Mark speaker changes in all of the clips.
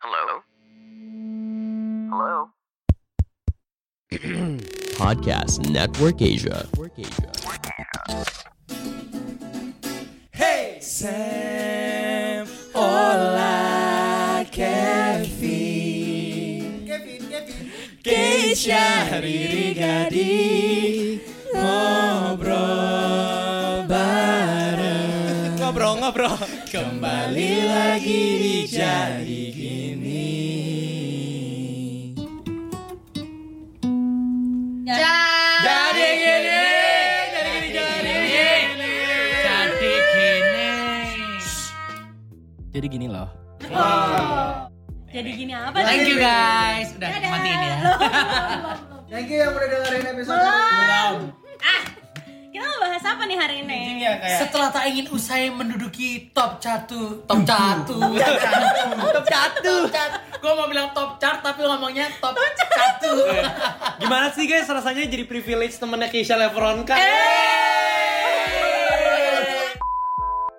Speaker 1: Hello? Hello?
Speaker 2: Podcast Network Asia.
Speaker 3: Hey Sam, hola Kevin, Kevin, Kevin, Keisha Riri Gadi, ngobrol bareng, ngobrol ngobrol, kembali lagi di jadi gini. Jadi gini, jadi gini, jadi gini, jadi gini.
Speaker 4: Jadi gini loh.
Speaker 5: Jadi gini apa
Speaker 4: Thank
Speaker 5: nih?
Speaker 4: you guys. Udah
Speaker 5: Dadah.
Speaker 4: matiin ya.
Speaker 3: Thank you yang udah dengerin episode
Speaker 5: Belum. Ah, kita mau bahas apa nih hari ini?
Speaker 3: Iya kayak
Speaker 4: Setelah tak ingin usai menduduki top satu, top satu, top satu, Gue mau bilang top chart tapi ngomongnya top satu.
Speaker 6: Eh, Gimana sih guys rasanya jadi privilege temennya Keisha Levronka?
Speaker 4: Eh.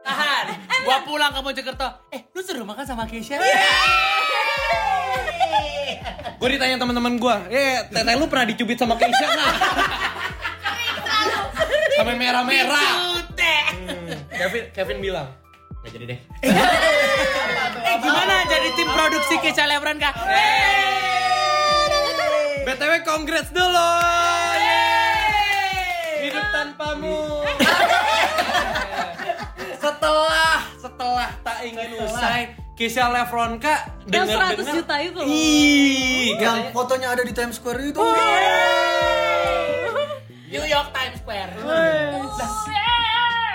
Speaker 4: Tahan. Gua pulang ke Mojokerto. Eh, lu suruh makan sama Keisha?
Speaker 6: Gue ditanya teman-teman gue, eh teteh lu pernah dicubit sama Keisha nggak? Sampai
Speaker 4: Gitu.
Speaker 6: merah-merah.
Speaker 4: Cute.
Speaker 6: Kevin, Kevin bilang, nggak jadi deh.
Speaker 4: Eh, gimana jadi tim produksi Keisha Lebron kak?
Speaker 6: BTW congrats dulu. Hidup tanpamu. setelah setelah tak ingin usai Keisha Levronka
Speaker 5: Yang 100
Speaker 6: dengar-dengar
Speaker 5: juta itu loh.
Speaker 6: Ih,
Speaker 3: yang fotonya ada di Times Square itu.
Speaker 4: New York Times Square.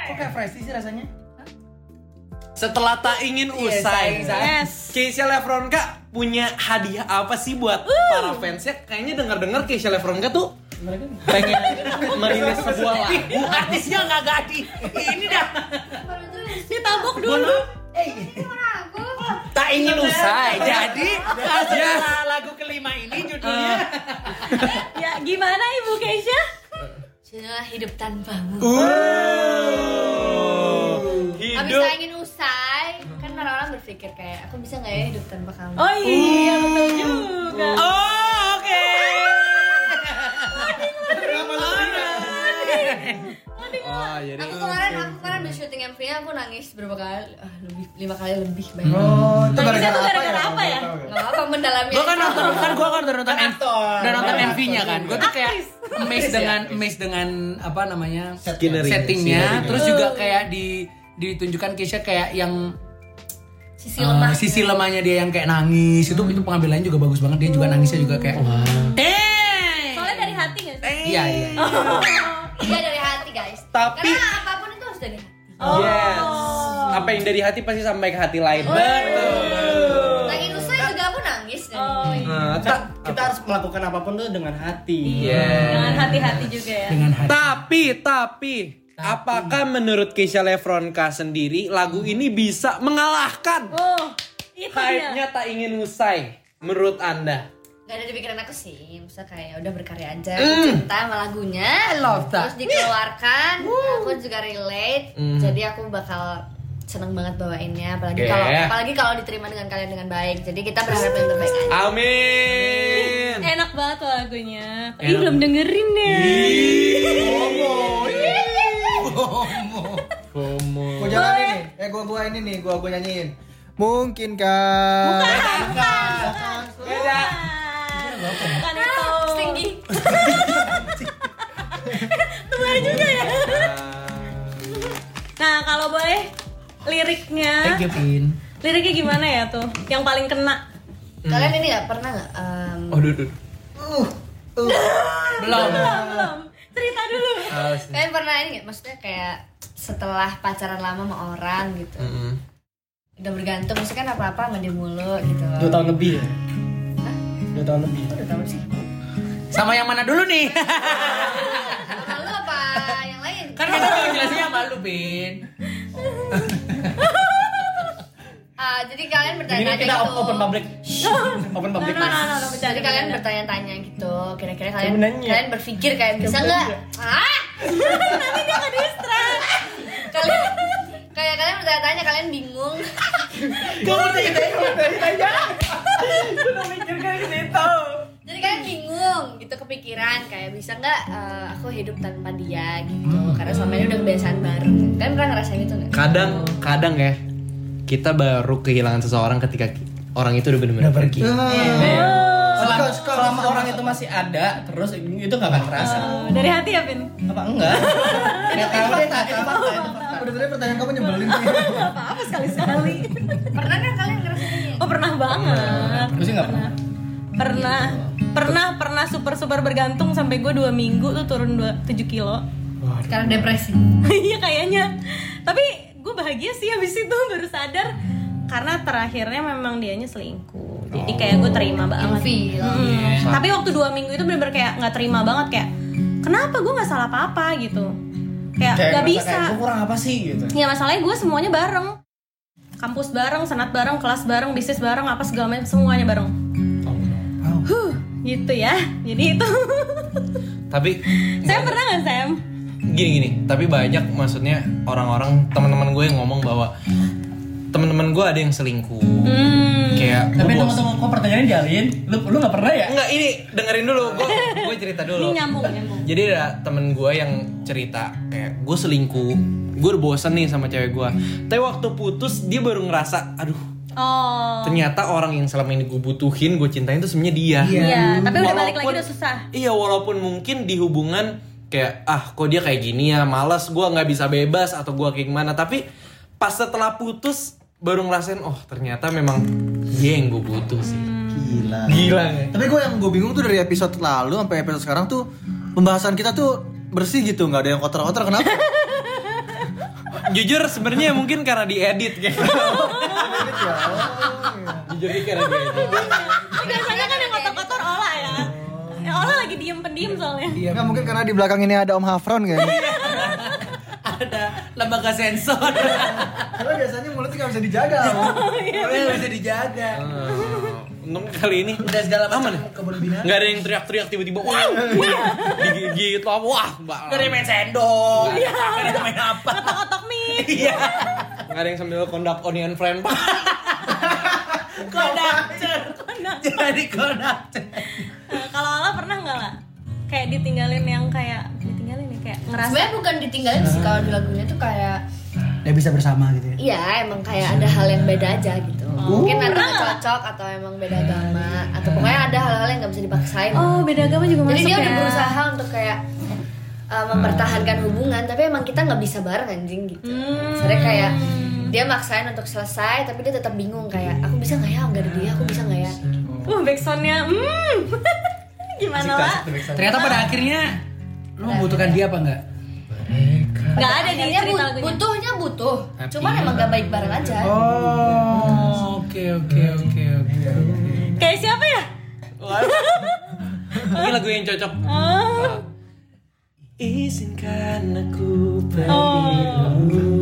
Speaker 3: Kok kayak fresh sih rasanya? Iya,
Speaker 6: Setelah tak ingin usai, Eh,
Speaker 5: Yes.
Speaker 6: Keisha Levronka punya hadiah apa sih buat para fansnya? Kayaknya dengar-dengar Keisha Levronka tuh pengen merilis sebuah lagu.
Speaker 4: Ini artisnya nggak gadi. Ini dah.
Speaker 5: Ditabok dulu.
Speaker 4: Tak ingin usai. Jadi
Speaker 6: ya.
Speaker 4: setelah lagu kelima ini judulnya
Speaker 6: Ah.
Speaker 5: Ya gimana Ibu Keisha?
Speaker 7: Janganlah hidup tanpamu. Habis
Speaker 6: Hidup
Speaker 7: saya ingin usai, kan orang-orang berpikir kayak aku bisa nggak ya hidup tanpa kamu.
Speaker 5: Oh iya betul juga.
Speaker 4: Oh, oke.
Speaker 6: Oh, jadi
Speaker 7: aku kemarin aku kemarin udah syuting MV-nya aku nangis berapa kali? Ah, lebih lima kali lebih banyak.
Speaker 3: Oh, itu
Speaker 5: Kita tuh gara-gara apa ya?
Speaker 7: Gak apa-apa mendalami.
Speaker 4: Gue kan
Speaker 7: aja.
Speaker 4: nonton kan gue kan udah nonton M udah nonton MV-nya kan. Gue tuh kayak amazed
Speaker 6: ya.
Speaker 4: dengan amazed dengan apa namanya?
Speaker 6: Scenery. ya.
Speaker 4: settingnya. Terus juga kayak di ditunjukkan Keisha kayak yang
Speaker 7: sisi lemah.
Speaker 4: Eh, sisi lemahnya dia yang kayak nangis itu itu pengambilannya juga bagus banget dia juga nangisnya juga kayak eh
Speaker 5: Soalnya dari hati gak sih?
Speaker 4: iya iya
Speaker 7: Iya dari hati guys.
Speaker 6: Tapi-
Speaker 7: karena apapun itu harus dari hati.
Speaker 4: Oh.
Speaker 6: yes. Apa yang dari hati pasti sampai ke hati lain.
Speaker 4: iya,
Speaker 6: Betul.
Speaker 7: Lagi usai juga aku nangis dan
Speaker 5: Oh iya.
Speaker 6: Nah, ta-
Speaker 3: kita harus melakukan apapun tuh dengan hati.
Speaker 5: Jangan hati-hati juga ya.
Speaker 4: dengan hati
Speaker 6: Tapi, tapi, apakah menurut Keisha Levronka sendiri lagu ini bisa
Speaker 4: iya.
Speaker 6: mengalahkan
Speaker 5: Oh, itu dia.
Speaker 6: hype-nya tak ingin usai menurut Anda?
Speaker 7: Gak ada di pikiran aku sih, masa kayak udah berkarya aja, aku cinta sama lagunya,
Speaker 4: I love that.
Speaker 7: terus dikeluarkan, aku juga relate, jadi aku bakal seneng banget bawainnya, apalagi
Speaker 6: Yeah.
Speaker 7: kalau apalagi kalau diterima dengan kalian dengan baik, jadi kita berharap yang terbaik aja.
Speaker 6: Amin.
Speaker 5: Enak banget tuh lagunya. Ih belum dengerin ya.
Speaker 4: Eh.
Speaker 3: Gua jalanin nih. Eh gua gua ini nih, gua gua nyanyiin. Mungkin kan.
Speaker 5: Bukan itu.
Speaker 7: Tinggi.
Speaker 5: Luar juga ya. Nah kalau boleh liriknya,
Speaker 4: thank you Pin
Speaker 5: liriknya gimana ya tuh? Yang paling kena.
Speaker 7: Kalian ini nggak pernah nggak? em,
Speaker 6: Oh, duduk.
Speaker 4: belum
Speaker 5: Belum belum. Cerita dulu.
Speaker 7: kalian pernah ini nggak? Maksudnya kayak setelah pacaran lama sama orang gitu, udah bergantung maksudnya kan apa-apa sama dia mulu gitu
Speaker 6: Dua tahun lebih ya?
Speaker 7: Hah?
Speaker 6: Dua tahun lebih.
Speaker 7: Kok udah tahun sih
Speaker 4: Sama yang mana dulu nih?
Speaker 7: sama lu apa yang lain
Speaker 4: kan kita tahu jelasnya sama lu, Bin.
Speaker 7: Ah, jadi kalian
Speaker 6: Ini
Speaker 7: bertanya-tanya
Speaker 6: kita
Speaker 7: gitu
Speaker 6: open public. open
Speaker 5: No,
Speaker 6: public.
Speaker 5: no, no, no, no, bercanda,
Speaker 7: jadi kalian
Speaker 5: bercanda.
Speaker 7: bertanya-tanya gitu kira-kira kalian
Speaker 6: Sebenarnya.
Speaker 7: kalian berpikir kayak bisa nggak ah nanti dia nggak distract kalian kayak kalian bertanya-tanya kalian bingung gitu. jadi kalian bingung gitu kepikiran kayak bisa nggak eh, aku hidup tanpa dia gitu karena selama ini udah kebiasaan bareng kalian pernah ngerasain itu nggak
Speaker 6: Kadang, kadang ya kita baru kehilangan seseorang ketika ki- orang itu udah benar-benar pergi.
Speaker 5: Oh.
Speaker 1: selama, selama orang itu masih ada terus itu nggak akan terasa
Speaker 5: Oh, dari hati ya, Vin?
Speaker 1: apa enggak nggak tahu deh nggak tahu, nggak tahu.
Speaker 3: Udah tadi pertanyaan kamu nyebelin
Speaker 5: Gak apa-apa sekali-sekali.
Speaker 7: pernah nggak kalian ngerasain ini
Speaker 5: Oh, pernah banget.
Speaker 1: Gue sih nggak Iya, pernah
Speaker 5: Pernah. Pernah, pernah super-super bergantung sampai gue dua minggu tuh turun 2, 7 kilo.
Speaker 7: karena depresi
Speaker 5: Iya kayaknya. Tapi gue bahagia sih habis itu baru sadar karena terakhirnya memang dianya selingkuh. Jadi kayak gue
Speaker 1: Oh,
Speaker 5: terima banget.
Speaker 7: Feel.
Speaker 1: iya.
Speaker 5: Hmm. Tapi waktu dua minggu itu bener-bener kayak nggak terima banget kayak kenapa gue nggak salah apa-apa gitu.
Speaker 1: Kayak
Speaker 5: Kayak nggak
Speaker 1: ngerasa
Speaker 5: bisa.
Speaker 1: kayak, "Gua kurang apa sih gitu
Speaker 5: Ya masalahnya gue semuanya bareng. Kampus bareng, senat bareng, kelas bareng, bisnis bareng, apa segala macam semuanya bareng. Huh, gitu ya. Jadi itu.
Speaker 6: Tapi
Speaker 5: Sam pernah nggak Sam?
Speaker 6: gini-gini, tapi banyak maksudnya orang-orang teman-teman gue yang ngomong bahwa teman-teman gue ada yang selingkuh.
Speaker 5: Hmm.
Speaker 6: Kayak
Speaker 1: tapi
Speaker 6: gue
Speaker 1: tunggu
Speaker 6: bosen.
Speaker 1: tunggu kok pertanyaannya dialihin lu lu nggak pernah ya
Speaker 6: Enggak, ini dengerin dulu. Gue gue cerita dulu.
Speaker 5: Ini nyambung, nyambung.
Speaker 6: Jadi ada temen gue yang cerita kayak gue selingkuh, gue udah bosen nih sama cewek gue. Tapi waktu putus dia baru ngerasa, aduh
Speaker 5: Oh.
Speaker 6: ternyata orang yang selama ini gue butuhin, gue cintain itu sebenarnya dia.
Speaker 5: Iya, tapi udah balik lagi
Speaker 6: Walaupun-
Speaker 5: udah susah.
Speaker 6: Iya walaupun mungkin di hubungan kayak ah kok dia kayak gini ya, malas gue nggak bisa bebas atau gue kayak gimana. Tapi pas setelah putus baru ngerasain oh ternyata memang dia yang gue butuh sih.
Speaker 1: gila
Speaker 6: Gila ya.
Speaker 3: Tapi gue yang gue bingung tuh dari episode lalu sampai episode sekarang tuh pembahasan kita tuh bersih gitu, nggak ada yang kotor-kotor. Kenapa?
Speaker 6: Jujur sebenarnya mungkin karena diedit kayak. Jujur ini karena diedit.
Speaker 5: Tapi biasanya kan yang kotor-kotor Ola ya. Ya, Ola lagi diem pendiam soalnya.
Speaker 3: Iya, nggak mungkin karena di belakang ini ada Om Hafron kan? kayaknya.
Speaker 4: Ada lembaga sensor. Oh, iya,
Speaker 3: karena biasanya mulutnya nggak bisa dijaga.
Speaker 4: Nggak bisa dijaga.
Speaker 6: Untung Oh, kali ini
Speaker 4: Udah segala
Speaker 6: aman.
Speaker 4: macam
Speaker 6: ya?
Speaker 4: kebun binatang.
Speaker 6: Nggak ada yang teriak-teriak tiba-tiba wah digigit lah wah mbak.
Speaker 4: Gak ada yang main sendok. Gak ada yang main apa.
Speaker 5: Kotok-kotok mie.
Speaker 4: Iya.
Speaker 6: Nggak ada yang sambil conduct onion friend pak.
Speaker 4: Konduktor. Jadi konduktor.
Speaker 5: Nah, Kalau Ola pernah nggak lah? Kayak ditinggalin yang kayak ditinggalin ya kayak ngerasa
Speaker 7: sebenarnya bukan ditinggalin sih kalau di lagunya tuh kayak
Speaker 1: dia bisa bersama gitu ya
Speaker 7: Iya, emang kayak ada hal yang beda aja gitu.
Speaker 5: Oh.
Speaker 7: Mungkin ada nggak cocok atau emang beda agama atau pokoknya ada hal-hal yang nggak bisa dipaksain.
Speaker 5: Iya, Oh beda agama juga
Speaker 7: Jadi
Speaker 5: masuk
Speaker 7: dia
Speaker 5: ya. Hmm.
Speaker 7: udah berusaha untuk kayak uh, mempertahankan hubungan, tapi emang kita nggak bisa bareng anjing gitu.
Speaker 5: Hmm.
Speaker 7: Sebenarnya kayak dia maksain untuk selesai, tapi dia tetap bingung kayak aku bisa nggak ya nggak ada dia, aku bisa nggak ya.
Speaker 5: Uh backsoundnya, hmm. Gimana lah?
Speaker 4: Ternyata pada akhirnya lu membutuhkan dia apa enggak?
Speaker 5: Nggak ada di
Speaker 7: Akhirnya bu-
Speaker 5: Iya, cerita lagunya.
Speaker 7: butuhnya butuh, cuman emang nggak baik bareng aja.
Speaker 4: Oh, oke oke oke oke.
Speaker 5: Kayak siapa ya?
Speaker 6: Ini lagu yang cocok. Ah.
Speaker 5: Oh.
Speaker 6: Izinkan aku
Speaker 5: Oh.
Speaker 6: pergimu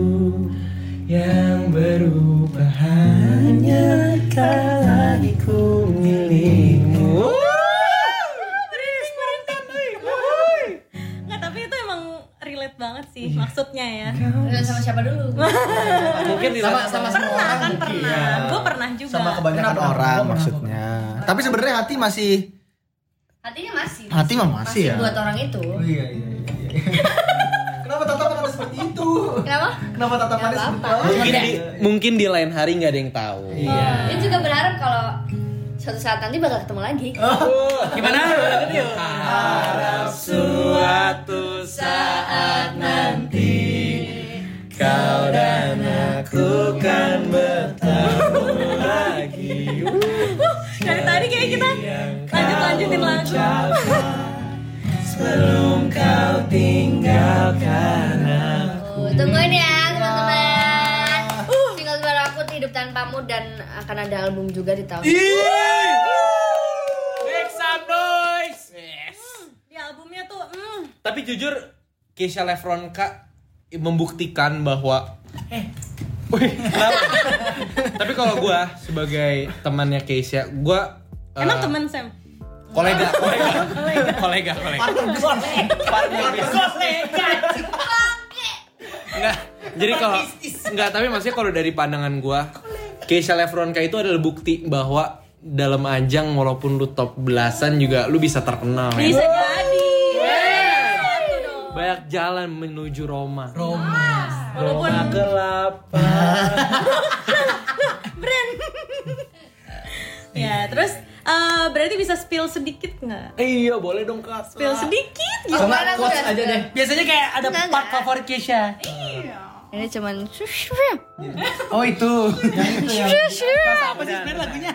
Speaker 6: yang berubah hanya kaladiku milikmu.
Speaker 5: Nggak, tapi itu emang relate banget sih maksudnya ya.
Speaker 7: Dan sama siapa dulu?
Speaker 6: Mungkin di sama sama
Speaker 5: Pernah kan pernah. Gue pernah juga.
Speaker 3: Sama kebanyakan orang maksudnya. Tapi sebenarnya hati masih
Speaker 7: Hatinya masih.
Speaker 3: hati mah masih ya.
Speaker 7: buat orang itu.
Speaker 3: Iya iya iya. Kenapa tatapan ada seperti itu?
Speaker 7: Kenapa?
Speaker 3: Kenapa tatapannya
Speaker 7: Iya. Nggak
Speaker 3: seperti itu?
Speaker 7: apa-apa.
Speaker 6: mungkin di mungkin di lain hari nggak ada yang tahu.
Speaker 7: Dia juga berharap kalau suatu saat nanti bakal ketemu lagi.
Speaker 4: Gimana?
Speaker 6: Harap suatu saat nanti kau dan aku kan bertemu lagi.
Speaker 5: Dari tadi kayak kita lanjut lanjutin lagu.
Speaker 6: Sebelum kau tinggalkan
Speaker 7: Ah. Tungguin ya teman-teman. Uh. Single baru aku hidup tanpa tanpamu dan akan ada album juga di tahun
Speaker 6: Nexa Noise.
Speaker 5: Di albumnya tuh, hmm,
Speaker 6: Tapi jujur Keisha Lefronka membuktikan bahwa Wih, kenapa? Tapi kalau gua sebagai temannya Keisha, gua eh,
Speaker 5: emang temen Sam?
Speaker 6: kolega, kolega, kolega, kolega. Partner bisnis. Nggak, jadi kalau nggak tapi maksudnya kalau dari pandangan gua, Keisha Lefronka itu adalah bukti bahwa dalam ajang walaupun lu top belasan juga lu bisa terkenal. ya.
Speaker 5: Bisa jadi. Satu dong.
Speaker 6: Banyak jalan menuju Roma.
Speaker 5: Walaupun
Speaker 6: gelap.
Speaker 5: brand. Iya. ya, terus eh, berarti bisa spill sedikit nggak?
Speaker 6: Iya, boleh dong Kak.
Speaker 5: Spill sedikit gitu.
Speaker 4: Coba
Speaker 7: Kemarin aku
Speaker 4: quotes
Speaker 7: udah-
Speaker 4: aja deh. Biasanya kayak ada
Speaker 7: Enggak,
Speaker 4: part
Speaker 7: enggak.
Speaker 4: favorit Keisha.
Speaker 7: ini cuman shrip
Speaker 4: Oh itu.
Speaker 7: shrip